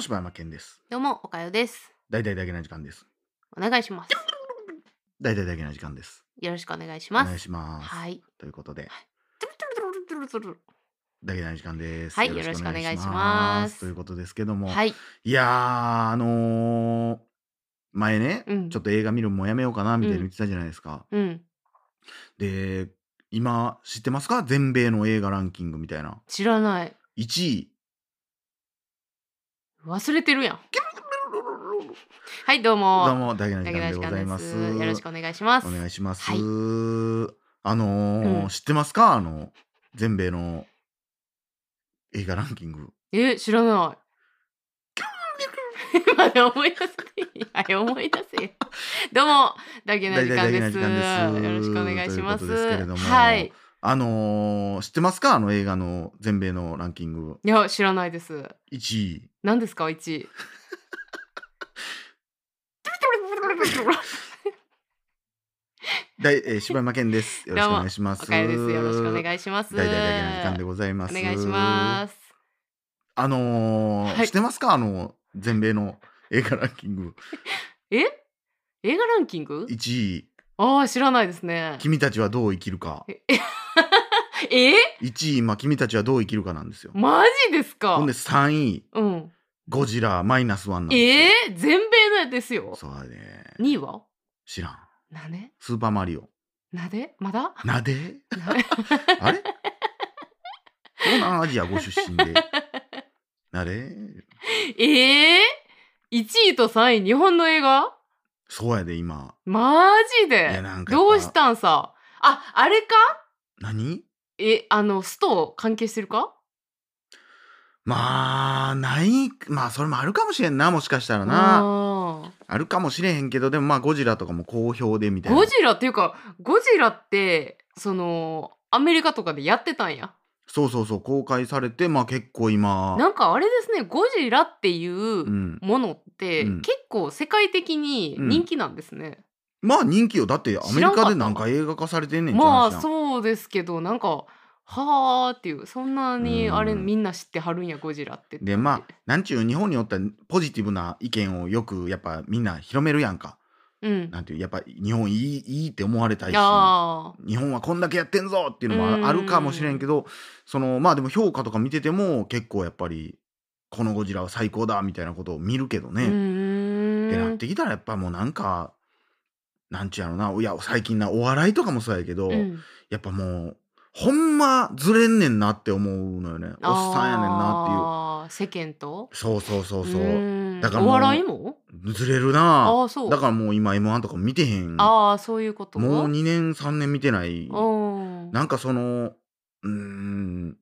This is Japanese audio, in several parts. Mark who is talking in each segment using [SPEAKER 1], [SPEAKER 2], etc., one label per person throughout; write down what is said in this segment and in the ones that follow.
[SPEAKER 1] 柴山健です。
[SPEAKER 2] どうも、おかよです。
[SPEAKER 1] 大々だけな時間です。
[SPEAKER 2] お願いします。
[SPEAKER 1] 大々だけな時間です。
[SPEAKER 2] よろしくお願いし
[SPEAKER 1] お
[SPEAKER 2] ます。
[SPEAKER 1] 願いします。
[SPEAKER 2] はい。
[SPEAKER 1] ということで、
[SPEAKER 2] は
[SPEAKER 1] だけな時間です。
[SPEAKER 2] はいよろしくお願いします
[SPEAKER 1] ということですけども、い、
[SPEAKER 2] い。
[SPEAKER 1] やー、あのー前ね、
[SPEAKER 2] うん
[SPEAKER 1] ちょっと映画見るのもやめようかなみたいに言ってたじゃないですか。
[SPEAKER 2] うん。
[SPEAKER 1] で、今、知ってますか全米の映画ランキングみたいな。
[SPEAKER 2] 知らない。
[SPEAKER 1] 1位。
[SPEAKER 2] 忘れてるやん。はい、どうも。
[SPEAKER 1] どうも、だけな
[SPEAKER 2] だ
[SPEAKER 1] 時
[SPEAKER 2] け
[SPEAKER 1] 間
[SPEAKER 2] な
[SPEAKER 1] で
[SPEAKER 2] 時
[SPEAKER 1] ご
[SPEAKER 2] 間
[SPEAKER 1] ざいま。
[SPEAKER 2] ですす。よろしくお願いします。
[SPEAKER 1] お願いします。
[SPEAKER 2] はい
[SPEAKER 1] あのー
[SPEAKER 2] うん
[SPEAKER 1] 知ってますかあの全米の映画ランキング。
[SPEAKER 2] え、知らない。 まだ思い出せない。はい、思い出せよ。どうも、だけな時間です。
[SPEAKER 1] だけな時間です
[SPEAKER 2] よろしくお願いします。
[SPEAKER 1] ということですけれども
[SPEAKER 2] はい。
[SPEAKER 1] あのー知ってますかあの映画の全米のランキング
[SPEAKER 2] いや、知らないです。
[SPEAKER 1] 1位。
[SPEAKER 2] 何ですか、1位。
[SPEAKER 1] だいえ ー、柴山健です。よろしくお願いします。
[SPEAKER 2] おかよです。よろしくお
[SPEAKER 1] いし
[SPEAKER 2] 願いします。
[SPEAKER 1] 大々だけな時間でございます。
[SPEAKER 2] お願いします。
[SPEAKER 1] あのー
[SPEAKER 2] はい
[SPEAKER 1] 知ってますかあの全米の映画ランキング
[SPEAKER 2] え映画ランキング
[SPEAKER 1] 1位。
[SPEAKER 2] ああ、知らないですね。
[SPEAKER 1] 君たちはどう生きるか。
[SPEAKER 2] え
[SPEAKER 1] 1位、今、君たちはどう生きるかなんですよ。
[SPEAKER 2] マジですか
[SPEAKER 1] ほんで3位、
[SPEAKER 2] うん。
[SPEAKER 1] ゴジラマイナスワンなんですよ。
[SPEAKER 2] えー、全米のやつですよ。
[SPEAKER 1] そうだね。
[SPEAKER 2] 2位は
[SPEAKER 1] 知らん。
[SPEAKER 2] なで
[SPEAKER 1] スーパーマリオ。
[SPEAKER 2] なでまだ
[SPEAKER 1] なで
[SPEAKER 2] な
[SPEAKER 1] あれ東南アジアご出身で。なで
[SPEAKER 2] えー、1位と3位、日本の映画
[SPEAKER 1] そうやで、今。
[SPEAKER 2] マジ
[SPEAKER 1] いや、
[SPEAKER 2] で
[SPEAKER 1] なんかやっぱ。
[SPEAKER 2] どうしたんさ。あ、あれか
[SPEAKER 1] 何
[SPEAKER 2] え、あの、スト関係してるか
[SPEAKER 1] まあ、ない。まあ、それもあるかもしれんな、もしかしたらな。
[SPEAKER 2] あー
[SPEAKER 1] あるかもしれへんけど、でもまあ、ゴジラとかも好評でみたいな。
[SPEAKER 2] ゴジラっていうか、ゴジラって、その、アメリカとかでやってたんや。
[SPEAKER 1] そうそうそう、公開されて、まあ結構今。
[SPEAKER 2] なんかあれですね、ゴジラっていうう
[SPEAKER 1] うん。
[SPEAKER 2] ものって、
[SPEAKER 1] うん
[SPEAKER 2] 結構世界的に人気なんですね。
[SPEAKER 1] まあ人気よ。だってアメリカでなんか映画化されてんねん
[SPEAKER 2] ま
[SPEAKER 1] ちゃう話や
[SPEAKER 2] あ
[SPEAKER 1] ん
[SPEAKER 2] そうですけど、なんか、はあっていう、そんなに
[SPEAKER 1] うん
[SPEAKER 2] あれみんな知ってはるんや、ゴジラって。
[SPEAKER 1] でまあなんちゅう日本におったらポジティブな意見をよくやっぱみんな広めるやんか
[SPEAKER 2] うん。
[SPEAKER 1] なんていうやっぱ日本いいいいって思われたいし
[SPEAKER 2] あ
[SPEAKER 1] 日本はこんだけやってんぞっていうのもあ
[SPEAKER 2] うん
[SPEAKER 1] あるかもしれんけどそのまあでも評価とか見てても結構やっぱりこのゴジラは最高だみたいなことを見るけど
[SPEAKER 2] あ。う
[SPEAKER 1] ね、ってな
[SPEAKER 2] ー
[SPEAKER 1] っ
[SPEAKER 2] ん。
[SPEAKER 1] てきたらやっぱもうなんかなんちゅうやろないや最近なお笑いとかもそうやけど、
[SPEAKER 2] うん
[SPEAKER 1] やっぱもうほんまずれんねんなって思うのよねおっさんやねんなっていう。
[SPEAKER 2] あー世間と
[SPEAKER 1] そうそうそうそう。
[SPEAKER 2] ーん
[SPEAKER 1] だからも
[SPEAKER 2] お
[SPEAKER 1] う
[SPEAKER 2] 笑いも
[SPEAKER 1] ずれるな
[SPEAKER 2] あ
[SPEAKER 1] ぁ
[SPEAKER 2] あそう
[SPEAKER 1] だからもう今 m 1とかも見てへんも
[SPEAKER 2] ああそういうこと
[SPEAKER 1] う2年3年見てない
[SPEAKER 2] うん
[SPEAKER 1] なんかそのうーん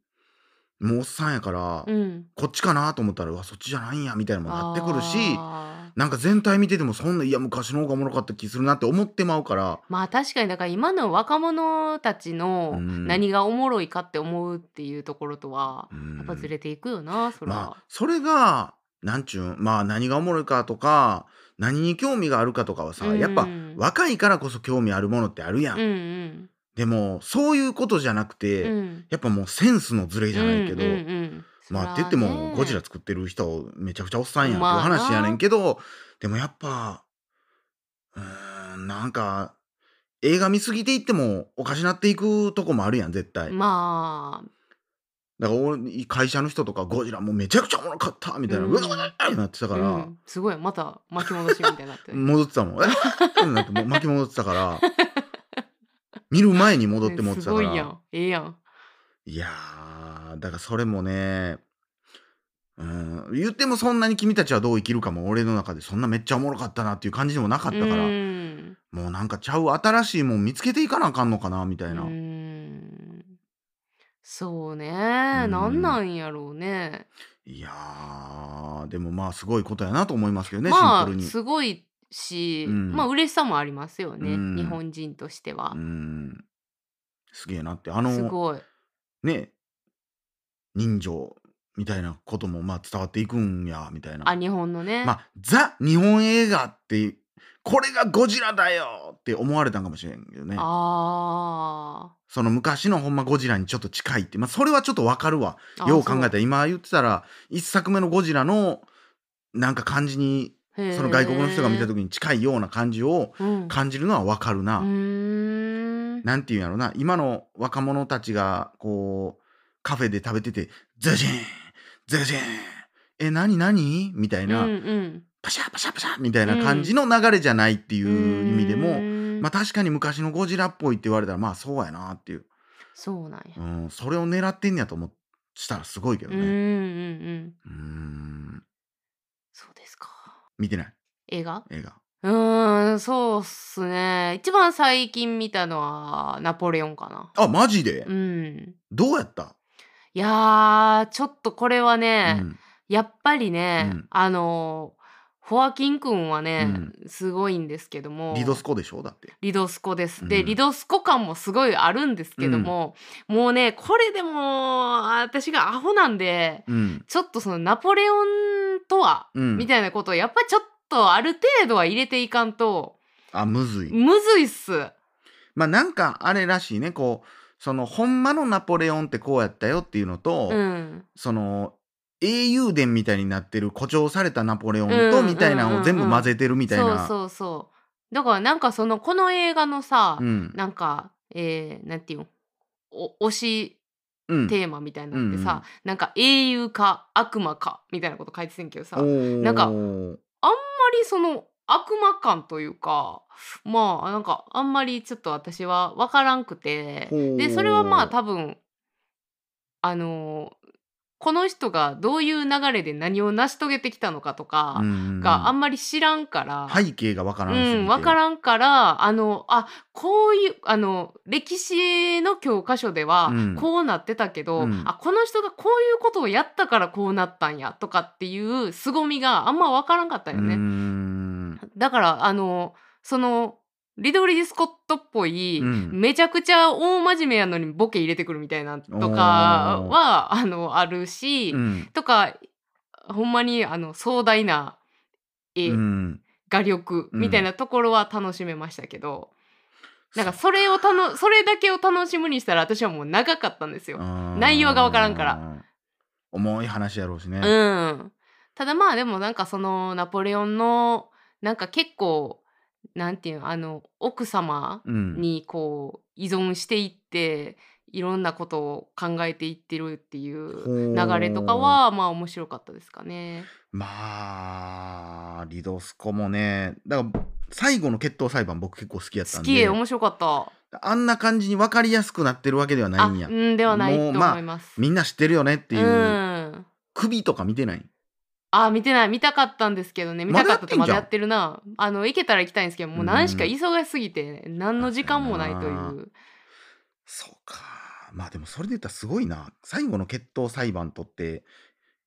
[SPEAKER 1] もうおっさんやから、
[SPEAKER 2] うん
[SPEAKER 1] こっちかなと思ったらうわそっちじゃないんやみたいなのもなってくるし
[SPEAKER 2] あー
[SPEAKER 1] なんか全体見ててもそんないや昔の方がおもろかった気するなって思ってまうから
[SPEAKER 2] まあ確かにだから今の若者たちの
[SPEAKER 1] うん
[SPEAKER 2] 何がおもろいかって思うっていうところとは
[SPEAKER 1] うん
[SPEAKER 2] やっぱずれていくよな、それは、
[SPEAKER 1] まあそれがなんちゅうんまあ何がおもろいかとか何に興味があるかとかはさ、
[SPEAKER 2] うん
[SPEAKER 1] やっぱ若いからこそ興味あるものってあるやん、
[SPEAKER 2] うんうん
[SPEAKER 1] でもそういうことじゃなくて、
[SPEAKER 2] うん
[SPEAKER 1] やっぱもうセンスのズレじゃないけど、
[SPEAKER 2] うんうんうん
[SPEAKER 1] まあって言って
[SPEAKER 2] そらね
[SPEAKER 1] もゴジラ作ってる人めちゃくちゃおっさんやんっていう
[SPEAKER 2] まあな
[SPEAKER 1] 話やねんけど、でもやっぱうーんなんか映画見すぎていってもおかしなっていくとこもあるやん絶対、
[SPEAKER 2] まあ
[SPEAKER 1] だから俺会社の人とかゴジラもうめちゃくちゃおもろかったみたいな、
[SPEAKER 2] う
[SPEAKER 1] うんわーってなってたか
[SPEAKER 2] う
[SPEAKER 1] ら、
[SPEAKER 2] んすごいまた巻き戻しみたいになっ て
[SPEAKER 1] 戻ってたもんえってなってもう巻き戻ってたから 見る前に戻って戻って
[SPEAKER 2] す
[SPEAKER 1] たか
[SPEAKER 2] ご
[SPEAKER 1] ら、
[SPEAKER 2] いやんええやん
[SPEAKER 1] いやー、だからそれもね、うん、言ってもそんなに君たちはどう生きるかも俺の中でそんなめっちゃおもろかったなっていう感じでもなかったから、
[SPEAKER 2] うん
[SPEAKER 1] もうなんかちゃう新しいもん見つけていかなあかんのかなみたいな。
[SPEAKER 2] うーんそうねなんなんやろうね
[SPEAKER 1] いやー、でもまあすごいことやなと思いますけどね、シン
[SPEAKER 2] ま
[SPEAKER 1] プル
[SPEAKER 2] あ
[SPEAKER 1] に。
[SPEAKER 2] すごいし、
[SPEAKER 1] うん
[SPEAKER 2] まあ嬉しさもありますよね、
[SPEAKER 1] うん
[SPEAKER 2] 日本人としては
[SPEAKER 1] う、ん、すげえなって、あ
[SPEAKER 2] す
[SPEAKER 1] の、
[SPEAKER 2] ごい
[SPEAKER 1] ね、人情みたいなこともまあ伝わっていくんや、みたいな。
[SPEAKER 2] あ日本のね、
[SPEAKER 1] まあ、ザ日本映画ってこれがゴジラだよって思われたんかもしれんけどね
[SPEAKER 2] あ
[SPEAKER 1] その昔のほんまゴジラにちょっと近いって、まあ、それはちょっとわかるわ
[SPEAKER 2] ーあ
[SPEAKER 1] よう考えた
[SPEAKER 2] た
[SPEAKER 1] ら今言ってたら一作目のゴジラのなんか感じに
[SPEAKER 2] そ
[SPEAKER 1] その外国の人が見た時に近いような感じを
[SPEAKER 2] うん
[SPEAKER 1] 感じるのはわかるな、
[SPEAKER 2] うーん
[SPEAKER 1] なんていうんやろな今の若者たちがこうカフェで食べてて「ズジンズジンえ何何?」みたいな、
[SPEAKER 2] うんうん
[SPEAKER 1] パシャパシャパシャみたいな感じの流れじゃないっていう意味でも、
[SPEAKER 2] うーん
[SPEAKER 1] まあ確かに昔のゴジラっぽいって言われたらまあそうやなっていう、
[SPEAKER 2] そうなんや
[SPEAKER 1] う。ん、それを狙ってんやと思したらすごいけど
[SPEAKER 2] うんうん
[SPEAKER 1] ね
[SPEAKER 2] うん。
[SPEAKER 1] うーん
[SPEAKER 2] そうですか。
[SPEAKER 1] 見てない
[SPEAKER 2] 映画
[SPEAKER 1] 映画
[SPEAKER 2] うーん、そうっすね。一番最近見たのはナポレオンかな。
[SPEAKER 1] あマジで、
[SPEAKER 2] うん。
[SPEAKER 1] どうやった、
[SPEAKER 2] いやー、ちょっとこれはね、
[SPEAKER 1] うん
[SPEAKER 2] やっぱりね、
[SPEAKER 1] うん
[SPEAKER 2] あのー、ホアキン君はね、
[SPEAKER 1] う
[SPEAKER 2] すごいんですけども。
[SPEAKER 1] リドスコでしょだって
[SPEAKER 2] リドスコです。で、
[SPEAKER 1] うん
[SPEAKER 2] リドスコ感もすごいあるんですけども、もうね、これでも、私がアホなんで、
[SPEAKER 1] うん、
[SPEAKER 2] ちょっとそのナポレオンとは、
[SPEAKER 1] うん、
[SPEAKER 2] みたいなことを、やっぱりちょっとある程度は入れていかんと、
[SPEAKER 1] あむずい
[SPEAKER 2] むずいっす。
[SPEAKER 1] まあなんかあれらしいねこうそのほんまのナポレオンってこうやったよっていうのと、
[SPEAKER 2] うん。
[SPEAKER 1] その英雄伝みたいになってる誇張されたナポレオン
[SPEAKER 2] うんうんう
[SPEAKER 1] と
[SPEAKER 2] ん
[SPEAKER 1] みたいなのを全部混ぜてるみたい
[SPEAKER 2] そう
[SPEAKER 1] な。
[SPEAKER 2] そうそう。だからなんかその、この映画のさ、
[SPEAKER 1] うん
[SPEAKER 2] なんか、えー、なんていうのお推し
[SPEAKER 1] うん
[SPEAKER 2] テーマみたいなのってさ、
[SPEAKER 1] うんうん
[SPEAKER 2] なんか英雄か悪魔かみたいなこと書いてたんやけどさ、
[SPEAKER 1] おー
[SPEAKER 2] なんかあんまりその悪魔感というかまあなんかあんまりちょっと私は分からんくて
[SPEAKER 1] ほう
[SPEAKER 2] でそれはまあ多分あのこの人がどういう流れで何を成し遂げてきたのかとか
[SPEAKER 1] うん
[SPEAKER 2] があんまり知らんから、
[SPEAKER 1] 背景がわからんすぎて
[SPEAKER 2] うん、分からんからあのあこういうあの歴史の教科書では
[SPEAKER 1] うん
[SPEAKER 2] こうなってたけど、
[SPEAKER 1] うん
[SPEAKER 2] あこの人がこういうことをやったからこうなったんやとかっていう凄みがあんま分からんかったよね。
[SPEAKER 1] うーん
[SPEAKER 2] だからあのそのリドリー・スコットっぽい、
[SPEAKER 1] うん
[SPEAKER 2] めちゃくちゃ大真面目やのにボケ入れてくるみたいなとかはあのあるし、
[SPEAKER 1] うん
[SPEAKER 2] とかほんまにあの壮大な絵、
[SPEAKER 1] うん
[SPEAKER 2] 画力
[SPEAKER 1] うん
[SPEAKER 2] みたいなところは楽しめましたけど、
[SPEAKER 1] そう
[SPEAKER 2] なんかそれをたのそれだけを楽しむにしたら私はもう長かったんですよ。
[SPEAKER 1] あー
[SPEAKER 2] 内容がわからんから
[SPEAKER 1] 重い話やろうしね、
[SPEAKER 2] うん、ただまあでもなんかそのナポレオンのなんか結構なんていうのあの奥様
[SPEAKER 1] うん
[SPEAKER 2] にこう依存していっていろんなことを考えていってるっていう流れとかはまあ面白かったですかね。
[SPEAKER 1] まあリドスコもねだから最後の決闘裁判僕結構好きやった
[SPEAKER 2] 好
[SPEAKER 1] ん
[SPEAKER 2] き
[SPEAKER 1] で
[SPEAKER 2] 面白かった。
[SPEAKER 1] あんな感じに分かりやすくなってるわけではな
[SPEAKER 2] あ
[SPEAKER 1] いんや
[SPEAKER 2] うんではない
[SPEAKER 1] も
[SPEAKER 2] と
[SPEAKER 1] う
[SPEAKER 2] 思
[SPEAKER 1] まあ
[SPEAKER 2] います。
[SPEAKER 1] みんな知ってるよねっていう、
[SPEAKER 2] うん
[SPEAKER 1] 首とか見てない
[SPEAKER 2] あ見てない見たかったんですけどね見たかったって
[SPEAKER 1] ま
[SPEAKER 2] ま
[SPEAKER 1] だ
[SPEAKER 2] だ
[SPEAKER 1] や
[SPEAKER 2] や
[SPEAKER 1] っ
[SPEAKER 2] ってるなあの行けたら行きたいんですけどもう何しか
[SPEAKER 1] うん
[SPEAKER 2] 忙しすぎて何の時間もないとい
[SPEAKER 1] 確かに
[SPEAKER 2] う
[SPEAKER 1] そうかまあでもそれで言ったらすごいな最後の決闘裁判とって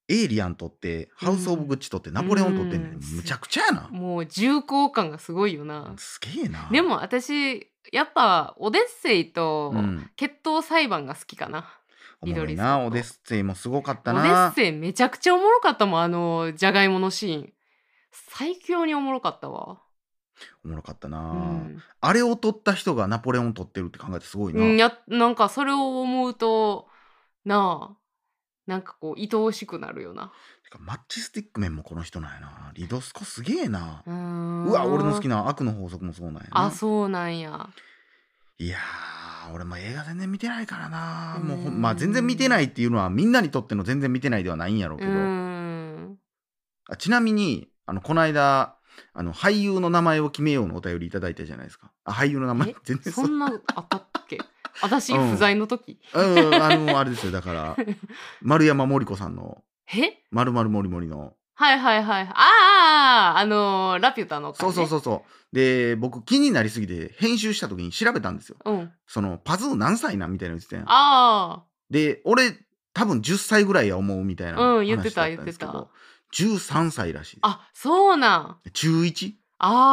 [SPEAKER 1] エイリアンとってハウス・オブ・グッチとって、ナポレオンとって、
[SPEAKER 2] うん
[SPEAKER 1] むちゃくちゃやな、
[SPEAKER 2] もう重厚感がすごいよな
[SPEAKER 1] すげえな
[SPEAKER 2] でも私やっぱオデッセイと
[SPEAKER 1] うん、
[SPEAKER 2] 決闘裁判が好きかな、
[SPEAKER 1] おもろい
[SPEAKER 2] リドリースコ
[SPEAKER 1] な
[SPEAKER 2] ット
[SPEAKER 1] オデッセイもすごかった
[SPEAKER 2] オデッ
[SPEAKER 1] な
[SPEAKER 2] セイめちゃくちゃおもろかったもんあのじゃがいものシーン最強におもろかったわ、
[SPEAKER 1] おもろかった
[SPEAKER 2] う
[SPEAKER 1] な、
[SPEAKER 2] ん
[SPEAKER 1] あれを取った人がナポレオン取ってるって考えてすごいな、
[SPEAKER 2] うん、やなんかそれを思うとなあなんかこう愛おしくなるよな
[SPEAKER 1] てかマッチスティックメンもこの人なんやなリドスコすげえな、
[SPEAKER 2] う
[SPEAKER 1] う
[SPEAKER 2] ーん
[SPEAKER 1] わ俺の好きな悪の法則もそうなんやな
[SPEAKER 2] あそうなんや
[SPEAKER 1] いやー俺も映画全然見てないからなもうほん
[SPEAKER 2] うん
[SPEAKER 1] まあ全然見てないっていうのはみんなにとっての全然見てないではないんやろう
[SPEAKER 2] う
[SPEAKER 1] け
[SPEAKER 2] ー
[SPEAKER 1] ど、
[SPEAKER 2] ん
[SPEAKER 1] あちなみにあのこの間あの俳優の名前を決めようのお便りいただいたじゃないですかあ俳優の名前
[SPEAKER 2] え
[SPEAKER 1] 全然
[SPEAKER 2] そんなあったっ け私
[SPEAKER 1] うん
[SPEAKER 2] 不在の時、
[SPEAKER 1] うんあのあれですよだから丸山森子さんの
[SPEAKER 2] え
[SPEAKER 1] 「まるまるもりもり」の
[SPEAKER 2] はいはいはいあああのーラピュタの
[SPEAKER 1] そうそうそううそうで僕気になりすぎて編集した時に調べたんですよ
[SPEAKER 2] うん
[SPEAKER 1] そのパズー何歳なんみたいな言ってたやん
[SPEAKER 2] あ
[SPEAKER 1] で俺多分10歳ぐらいや思うみたいな
[SPEAKER 2] うん言ってた
[SPEAKER 1] 話だんですけど
[SPEAKER 2] 言って
[SPEAKER 1] 13歳らしい
[SPEAKER 2] ああそうなん
[SPEAKER 1] 中 1?、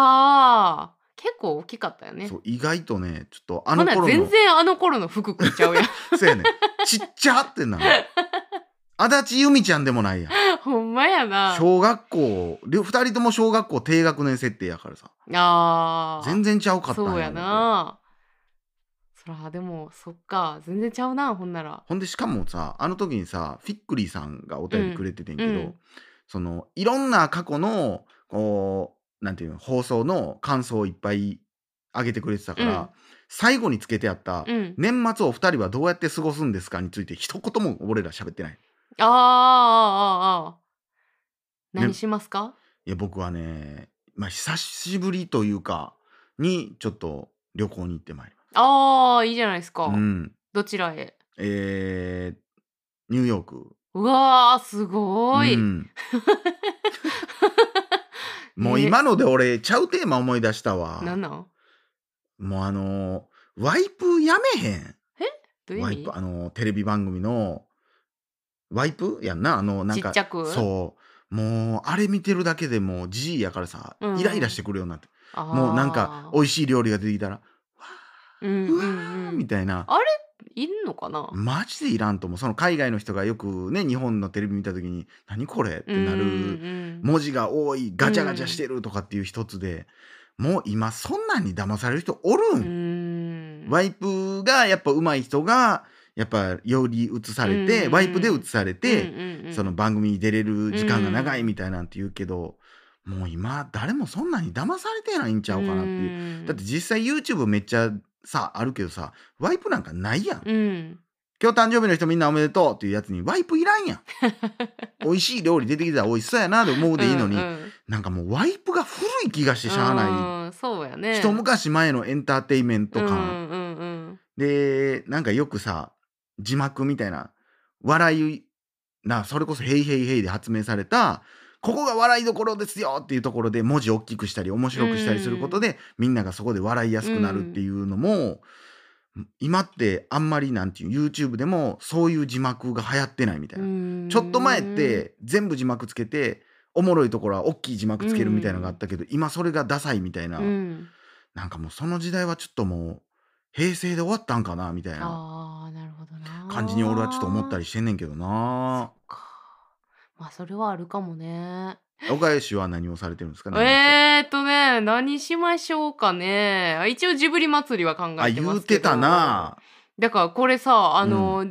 [SPEAKER 2] ああ結構大きかったよね
[SPEAKER 1] そう意外とねちょっとあ
[SPEAKER 2] ほ
[SPEAKER 1] の
[SPEAKER 2] な
[SPEAKER 1] 頃の
[SPEAKER 2] 全然あの頃の服食っ ちゃうやん
[SPEAKER 1] そうやねちっちゃって な足立由美ちゃんでもないやん
[SPEAKER 2] ほんまやな
[SPEAKER 1] 小学校両2人とも小学校低学年設定やからさ
[SPEAKER 2] あー
[SPEAKER 1] 全然ちゃうかったん
[SPEAKER 2] そうやなそらでもそっか全然ちゃうなほんなら
[SPEAKER 1] ほんでしかもさあの時にさフィックリーさんがお便りくれててんけど、
[SPEAKER 2] うんうん
[SPEAKER 1] そのいろんな過去のこうなんていうの放送の感想をいっぱい上げてくれてたから、
[SPEAKER 2] うん
[SPEAKER 1] 最後につけてあった、
[SPEAKER 2] うん、
[SPEAKER 1] 年末お二人はどうやって過ごすんですか?」について一言も俺ら喋ってない。
[SPEAKER 2] あーあーあーあー
[SPEAKER 1] ね
[SPEAKER 2] 何しますか、
[SPEAKER 1] いや僕はね、まあ、久しぶりというかにちょっと旅行に行ってまいり
[SPEAKER 2] ああいいじゃないですか、
[SPEAKER 1] ます。うん
[SPEAKER 2] どちらへ
[SPEAKER 1] えーニューヨーク。
[SPEAKER 2] うわーすごい、
[SPEAKER 1] うん もう
[SPEAKER 2] え
[SPEAKER 1] 今ので俺ちゃうテーマ思い出したわ。
[SPEAKER 2] なんなん
[SPEAKER 1] もうあのーワイプやめへん。
[SPEAKER 2] どういう
[SPEAKER 1] ワ
[SPEAKER 2] 意
[SPEAKER 1] イ
[SPEAKER 2] 味
[SPEAKER 1] プあのテレビ番組のワイプやんなあのなんか
[SPEAKER 2] ちっちゃく
[SPEAKER 1] そうもうあれ見てるだけでもうじいやからさ、
[SPEAKER 2] うん
[SPEAKER 1] イライラしてくるようになって
[SPEAKER 2] あー
[SPEAKER 1] もうなんか美味しい料理が出てきたら「わ
[SPEAKER 2] うん
[SPEAKER 1] ー
[SPEAKER 2] う
[SPEAKER 1] うわ
[SPEAKER 2] ん
[SPEAKER 1] ー」
[SPEAKER 2] うん
[SPEAKER 1] みたいな
[SPEAKER 2] あいるのかな
[SPEAKER 1] マジでいらんと思うその海外の人がよくね日本のテレビ見た時に「何これ?」ってな
[SPEAKER 2] うん
[SPEAKER 1] る
[SPEAKER 2] うん
[SPEAKER 1] 文字が多いガチャガチャしてるとかっていう一つで、もう今そんなんに騙される人おる
[SPEAKER 2] うんん
[SPEAKER 1] ワイプがやっぱ上手い人がやっぱより映され
[SPEAKER 2] うんうん
[SPEAKER 1] て、
[SPEAKER 2] うん
[SPEAKER 1] ワイプで映されて、
[SPEAKER 2] うんうんうん
[SPEAKER 1] その番組に出れる時間が長
[SPEAKER 2] う
[SPEAKER 1] い
[SPEAKER 2] ん
[SPEAKER 1] みたいなんて言うけど、もう今誰もそんなに騙されてないんちゃうかなっていう、
[SPEAKER 2] うん
[SPEAKER 1] だって実際 YouTube めっちゃさあるけどさワイプなんかないやん、
[SPEAKER 2] うん
[SPEAKER 1] 今日誕生日の人みんなおめでとうっていうやつにワイプいらんや ん美味しい料理出てきたら美味しそうやなと思うでいいのに、
[SPEAKER 2] うんうん
[SPEAKER 1] なんかもうワイプが古い気がしてしゃあな
[SPEAKER 2] うんそうや
[SPEAKER 1] い、
[SPEAKER 2] ね
[SPEAKER 1] 一昔前のエンターテインメント感、
[SPEAKER 2] うんうんうん
[SPEAKER 1] でなんかよくさ字幕みたいな笑いなそれこそ「ヘイヘイヘイ」で発明されたここが笑いどころですよっていうところで文字大きくしたり面白くしたりすることで、みんながそこで笑いやすくなるっていうのも、今ってあんまりなんていう YouTube でもそういう字幕が流行ってないみたいな、
[SPEAKER 2] うん
[SPEAKER 1] ちょっと前って全部字幕つけておもろいところは大きい字幕つけるみたいなのがあったけど、今それがダサいみたいな、
[SPEAKER 2] うん
[SPEAKER 1] なんかもうその時代はちょっともう平成で終わったんかなみたいな
[SPEAKER 2] あーなるほどな
[SPEAKER 1] 感じに俺はちょっと思ったりしてんねんけど な
[SPEAKER 2] かまあそれはあるかもね
[SPEAKER 1] お返しは何をされてるんですかね、
[SPEAKER 2] えーっとね何しましょうかねあ一応ジブリ祭りは考
[SPEAKER 1] あ
[SPEAKER 2] えて
[SPEAKER 1] 言
[SPEAKER 2] ま
[SPEAKER 1] う
[SPEAKER 2] すけ
[SPEAKER 1] て
[SPEAKER 2] ど
[SPEAKER 1] たな
[SPEAKER 2] だからこれさあの、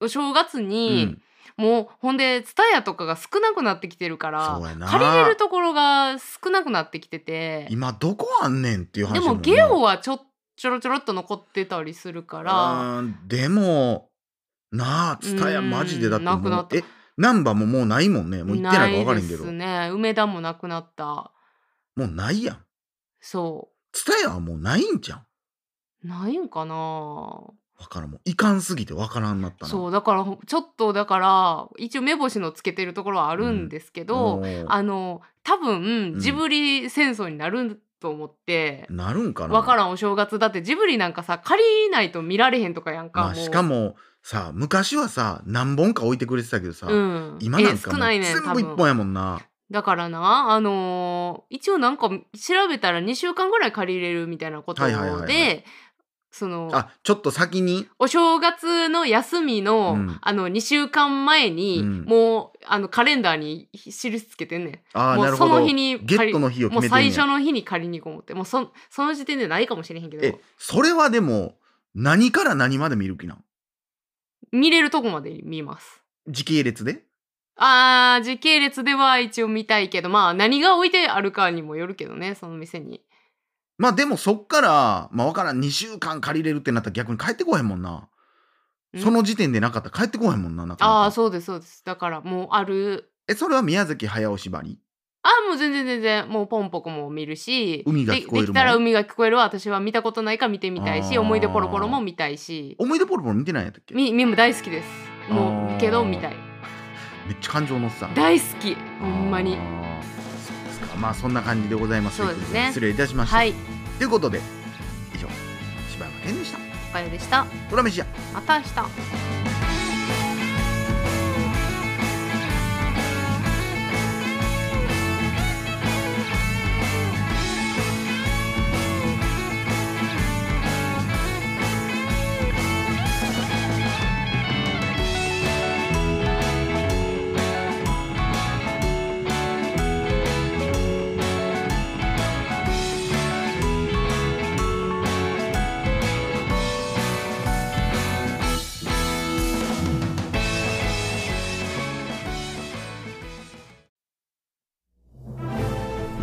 [SPEAKER 2] お正月
[SPEAKER 1] う
[SPEAKER 2] に、
[SPEAKER 1] ん
[SPEAKER 2] もうほんでツタヤとかが少なくなってきてるから
[SPEAKER 1] そうやな
[SPEAKER 2] 借りれるところが少なくなってきてて
[SPEAKER 1] 今どこあんねんっていう話や
[SPEAKER 2] でも
[SPEAKER 1] んな
[SPEAKER 2] ゲオはちょちょろちょろっと残ってたりするから
[SPEAKER 1] うーんでもなあツタヤ
[SPEAKER 2] うん
[SPEAKER 1] マジでだってもう
[SPEAKER 2] なくなった
[SPEAKER 1] えナンバーももうないもんねもう行ってないか分からへんけど
[SPEAKER 2] ですね梅田もなくなった
[SPEAKER 1] もうないやん
[SPEAKER 2] そ
[SPEAKER 1] ツタヤはもうないんじゃん
[SPEAKER 2] うないんかな
[SPEAKER 1] 分からんもういかんすぎて分からんなったな
[SPEAKER 2] そうだからちょっとだから一応目星のつけてるところはあるんですけど、
[SPEAKER 1] もう
[SPEAKER 2] あの多分
[SPEAKER 1] うん
[SPEAKER 2] ジブリ戦争になると思って、
[SPEAKER 1] なるんかな
[SPEAKER 2] わからんお正月だってジブリなんかさ借りないと見られへんとかやんか、
[SPEAKER 1] まあ、
[SPEAKER 2] う
[SPEAKER 1] しかもさ昔はさ何本か置いてくれてたけどさ、
[SPEAKER 2] うん、
[SPEAKER 1] 今なん
[SPEAKER 2] え
[SPEAKER 1] か
[SPEAKER 2] 少
[SPEAKER 1] もう
[SPEAKER 2] ないね
[SPEAKER 1] 全
[SPEAKER 2] 多
[SPEAKER 1] 部一本
[SPEAKER 2] 分
[SPEAKER 1] やもんな
[SPEAKER 2] だからなあのー一応なんか調べたら2週間ぐらい借りれるみたいなこと
[SPEAKER 1] はい
[SPEAKER 2] で、
[SPEAKER 1] はいはいはい
[SPEAKER 2] その
[SPEAKER 1] あちょっと先に
[SPEAKER 2] お正月の休みの、
[SPEAKER 1] うん
[SPEAKER 2] あの2週間前に、
[SPEAKER 1] うん
[SPEAKER 2] もうあのカレンダーに印つけてんね
[SPEAKER 1] あー
[SPEAKER 2] もう
[SPEAKER 1] なるほど
[SPEAKER 2] その日に
[SPEAKER 1] ゲットの日を
[SPEAKER 2] んも
[SPEAKER 1] 決
[SPEAKER 2] う
[SPEAKER 1] めてんね
[SPEAKER 2] 最
[SPEAKER 1] や
[SPEAKER 2] 初の日に借りに行こう思ってもうそその時点でないかもしれへんけ
[SPEAKER 1] え
[SPEAKER 2] ど
[SPEAKER 1] それはでも何から何まで見る気なん
[SPEAKER 2] 見れるとこまで見ます
[SPEAKER 1] 時系列で
[SPEAKER 2] あー時系列では一応見たいけどまあ何が置いてあるかにもよるけどねその店に
[SPEAKER 1] まあでもそっからまあわからん2週間借りれるってなったら逆に帰ってこへんもんな
[SPEAKER 2] うん
[SPEAKER 1] その時点でなかったら帰ってこへんもんななかなか
[SPEAKER 2] ああそうですそうですだからもうある
[SPEAKER 1] えそれは宮崎駿縛り
[SPEAKER 2] あーもう全然全然もうポンポコも見るし
[SPEAKER 1] 海が聞こえるもん
[SPEAKER 2] でできたら海が聞こえるは私は見たことないから見てみたいし
[SPEAKER 1] あー
[SPEAKER 2] 思い出ポロポロも見たいし
[SPEAKER 1] 思い出ポロポロ見てないんやったっけめ
[SPEAKER 2] みみも大好きですも
[SPEAKER 1] あー
[SPEAKER 2] うけど見たい
[SPEAKER 1] っちゃ感情乗ってた
[SPEAKER 2] 大好きほんま
[SPEAKER 1] あ
[SPEAKER 2] に
[SPEAKER 1] ーそうですかまあそんな感じでございます
[SPEAKER 2] そうですね
[SPEAKER 1] 失礼いたしました、
[SPEAKER 2] はい
[SPEAKER 1] ということで以上柴山健でした
[SPEAKER 2] おかよでした
[SPEAKER 1] ドラ飯や
[SPEAKER 2] また明日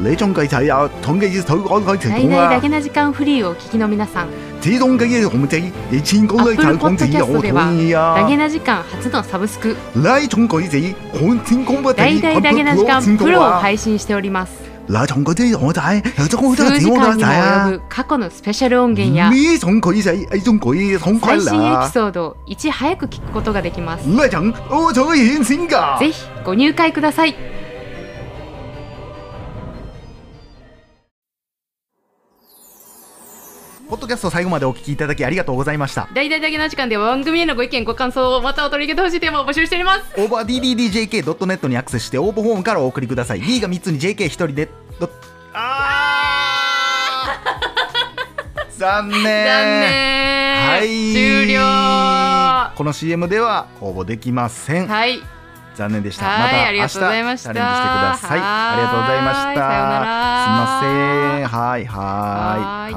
[SPEAKER 1] レジョンガイタイヤ、トンゲジストウゴンガイテ
[SPEAKER 2] ナイ
[SPEAKER 1] ン
[SPEAKER 2] ナイだ
[SPEAKER 1] は
[SPEAKER 2] け、な時間フリーをお聞きの皆さん
[SPEAKER 1] 自動ガイヤホムテイ、一人公レイタイコンティアオトニ
[SPEAKER 2] だけ
[SPEAKER 1] ア、
[SPEAKER 2] な時間初のサブスク
[SPEAKER 1] ライチョンゴイゼイ、コンティンコンバテ
[SPEAKER 2] 大
[SPEAKER 1] イ、
[SPEAKER 2] 々だけな時間プロを
[SPEAKER 1] イ、
[SPEAKER 2] 配信しております
[SPEAKER 1] ライチョンゴイゼイ、我在、ラジョンゴイ
[SPEAKER 2] 数
[SPEAKER 1] ゼイ、我
[SPEAKER 2] 時間にも
[SPEAKER 1] 在
[SPEAKER 2] 及。ぶ過去のスペシャル音源や
[SPEAKER 1] 米中国際愛中国同快
[SPEAKER 2] 最新エ
[SPEAKER 1] 乐
[SPEAKER 2] ピ。ソードをいち早く聞くことができます
[SPEAKER 1] 来讲欧洲人性格。
[SPEAKER 2] ぜひご入会ください
[SPEAKER 1] ポッドキャスト最後までお聞きいただきありがとうございました。
[SPEAKER 2] 大々だけな時間では番組へのご意見ご感想またお取り上げてほしいテーマを募集しております
[SPEAKER 1] オーバー DDDJK.net にアクセスして応募フォームからお送りください。D が3つに JK1 人で。どあー 残念
[SPEAKER 2] 残念、
[SPEAKER 1] はい。
[SPEAKER 2] 終了は
[SPEAKER 1] この CM では応募できま せん。
[SPEAKER 2] い
[SPEAKER 1] 残念でした。ま
[SPEAKER 2] はい
[SPEAKER 1] た
[SPEAKER 2] あり
[SPEAKER 1] 明
[SPEAKER 2] が
[SPEAKER 1] 日
[SPEAKER 2] と
[SPEAKER 1] チャ
[SPEAKER 2] うござ
[SPEAKER 1] レ
[SPEAKER 2] い
[SPEAKER 1] ン
[SPEAKER 2] ま
[SPEAKER 1] ジ
[SPEAKER 2] し
[SPEAKER 1] して
[SPEAKER 2] た
[SPEAKER 1] ください。
[SPEAKER 2] は
[SPEAKER 1] あ
[SPEAKER 2] ーい
[SPEAKER 1] りがとうございました。
[SPEAKER 2] さよ
[SPEAKER 1] すいま
[SPEAKER 2] なら
[SPEAKER 1] せん。はいはい
[SPEAKER 2] は
[SPEAKER 1] はい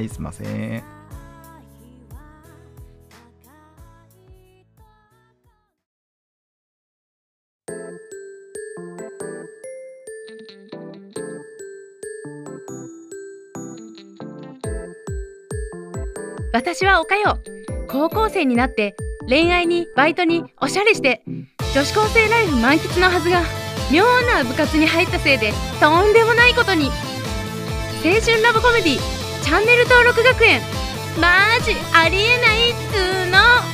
[SPEAKER 1] はいすいません。
[SPEAKER 3] 私はおかよ高校生になって恋愛にバイトにおしゃれして女子高生ライフ満喫のはずが妙な部活に入ったせいでとんでもないことに青春ラブコメディチャンネル登録学園マジありえないっつーの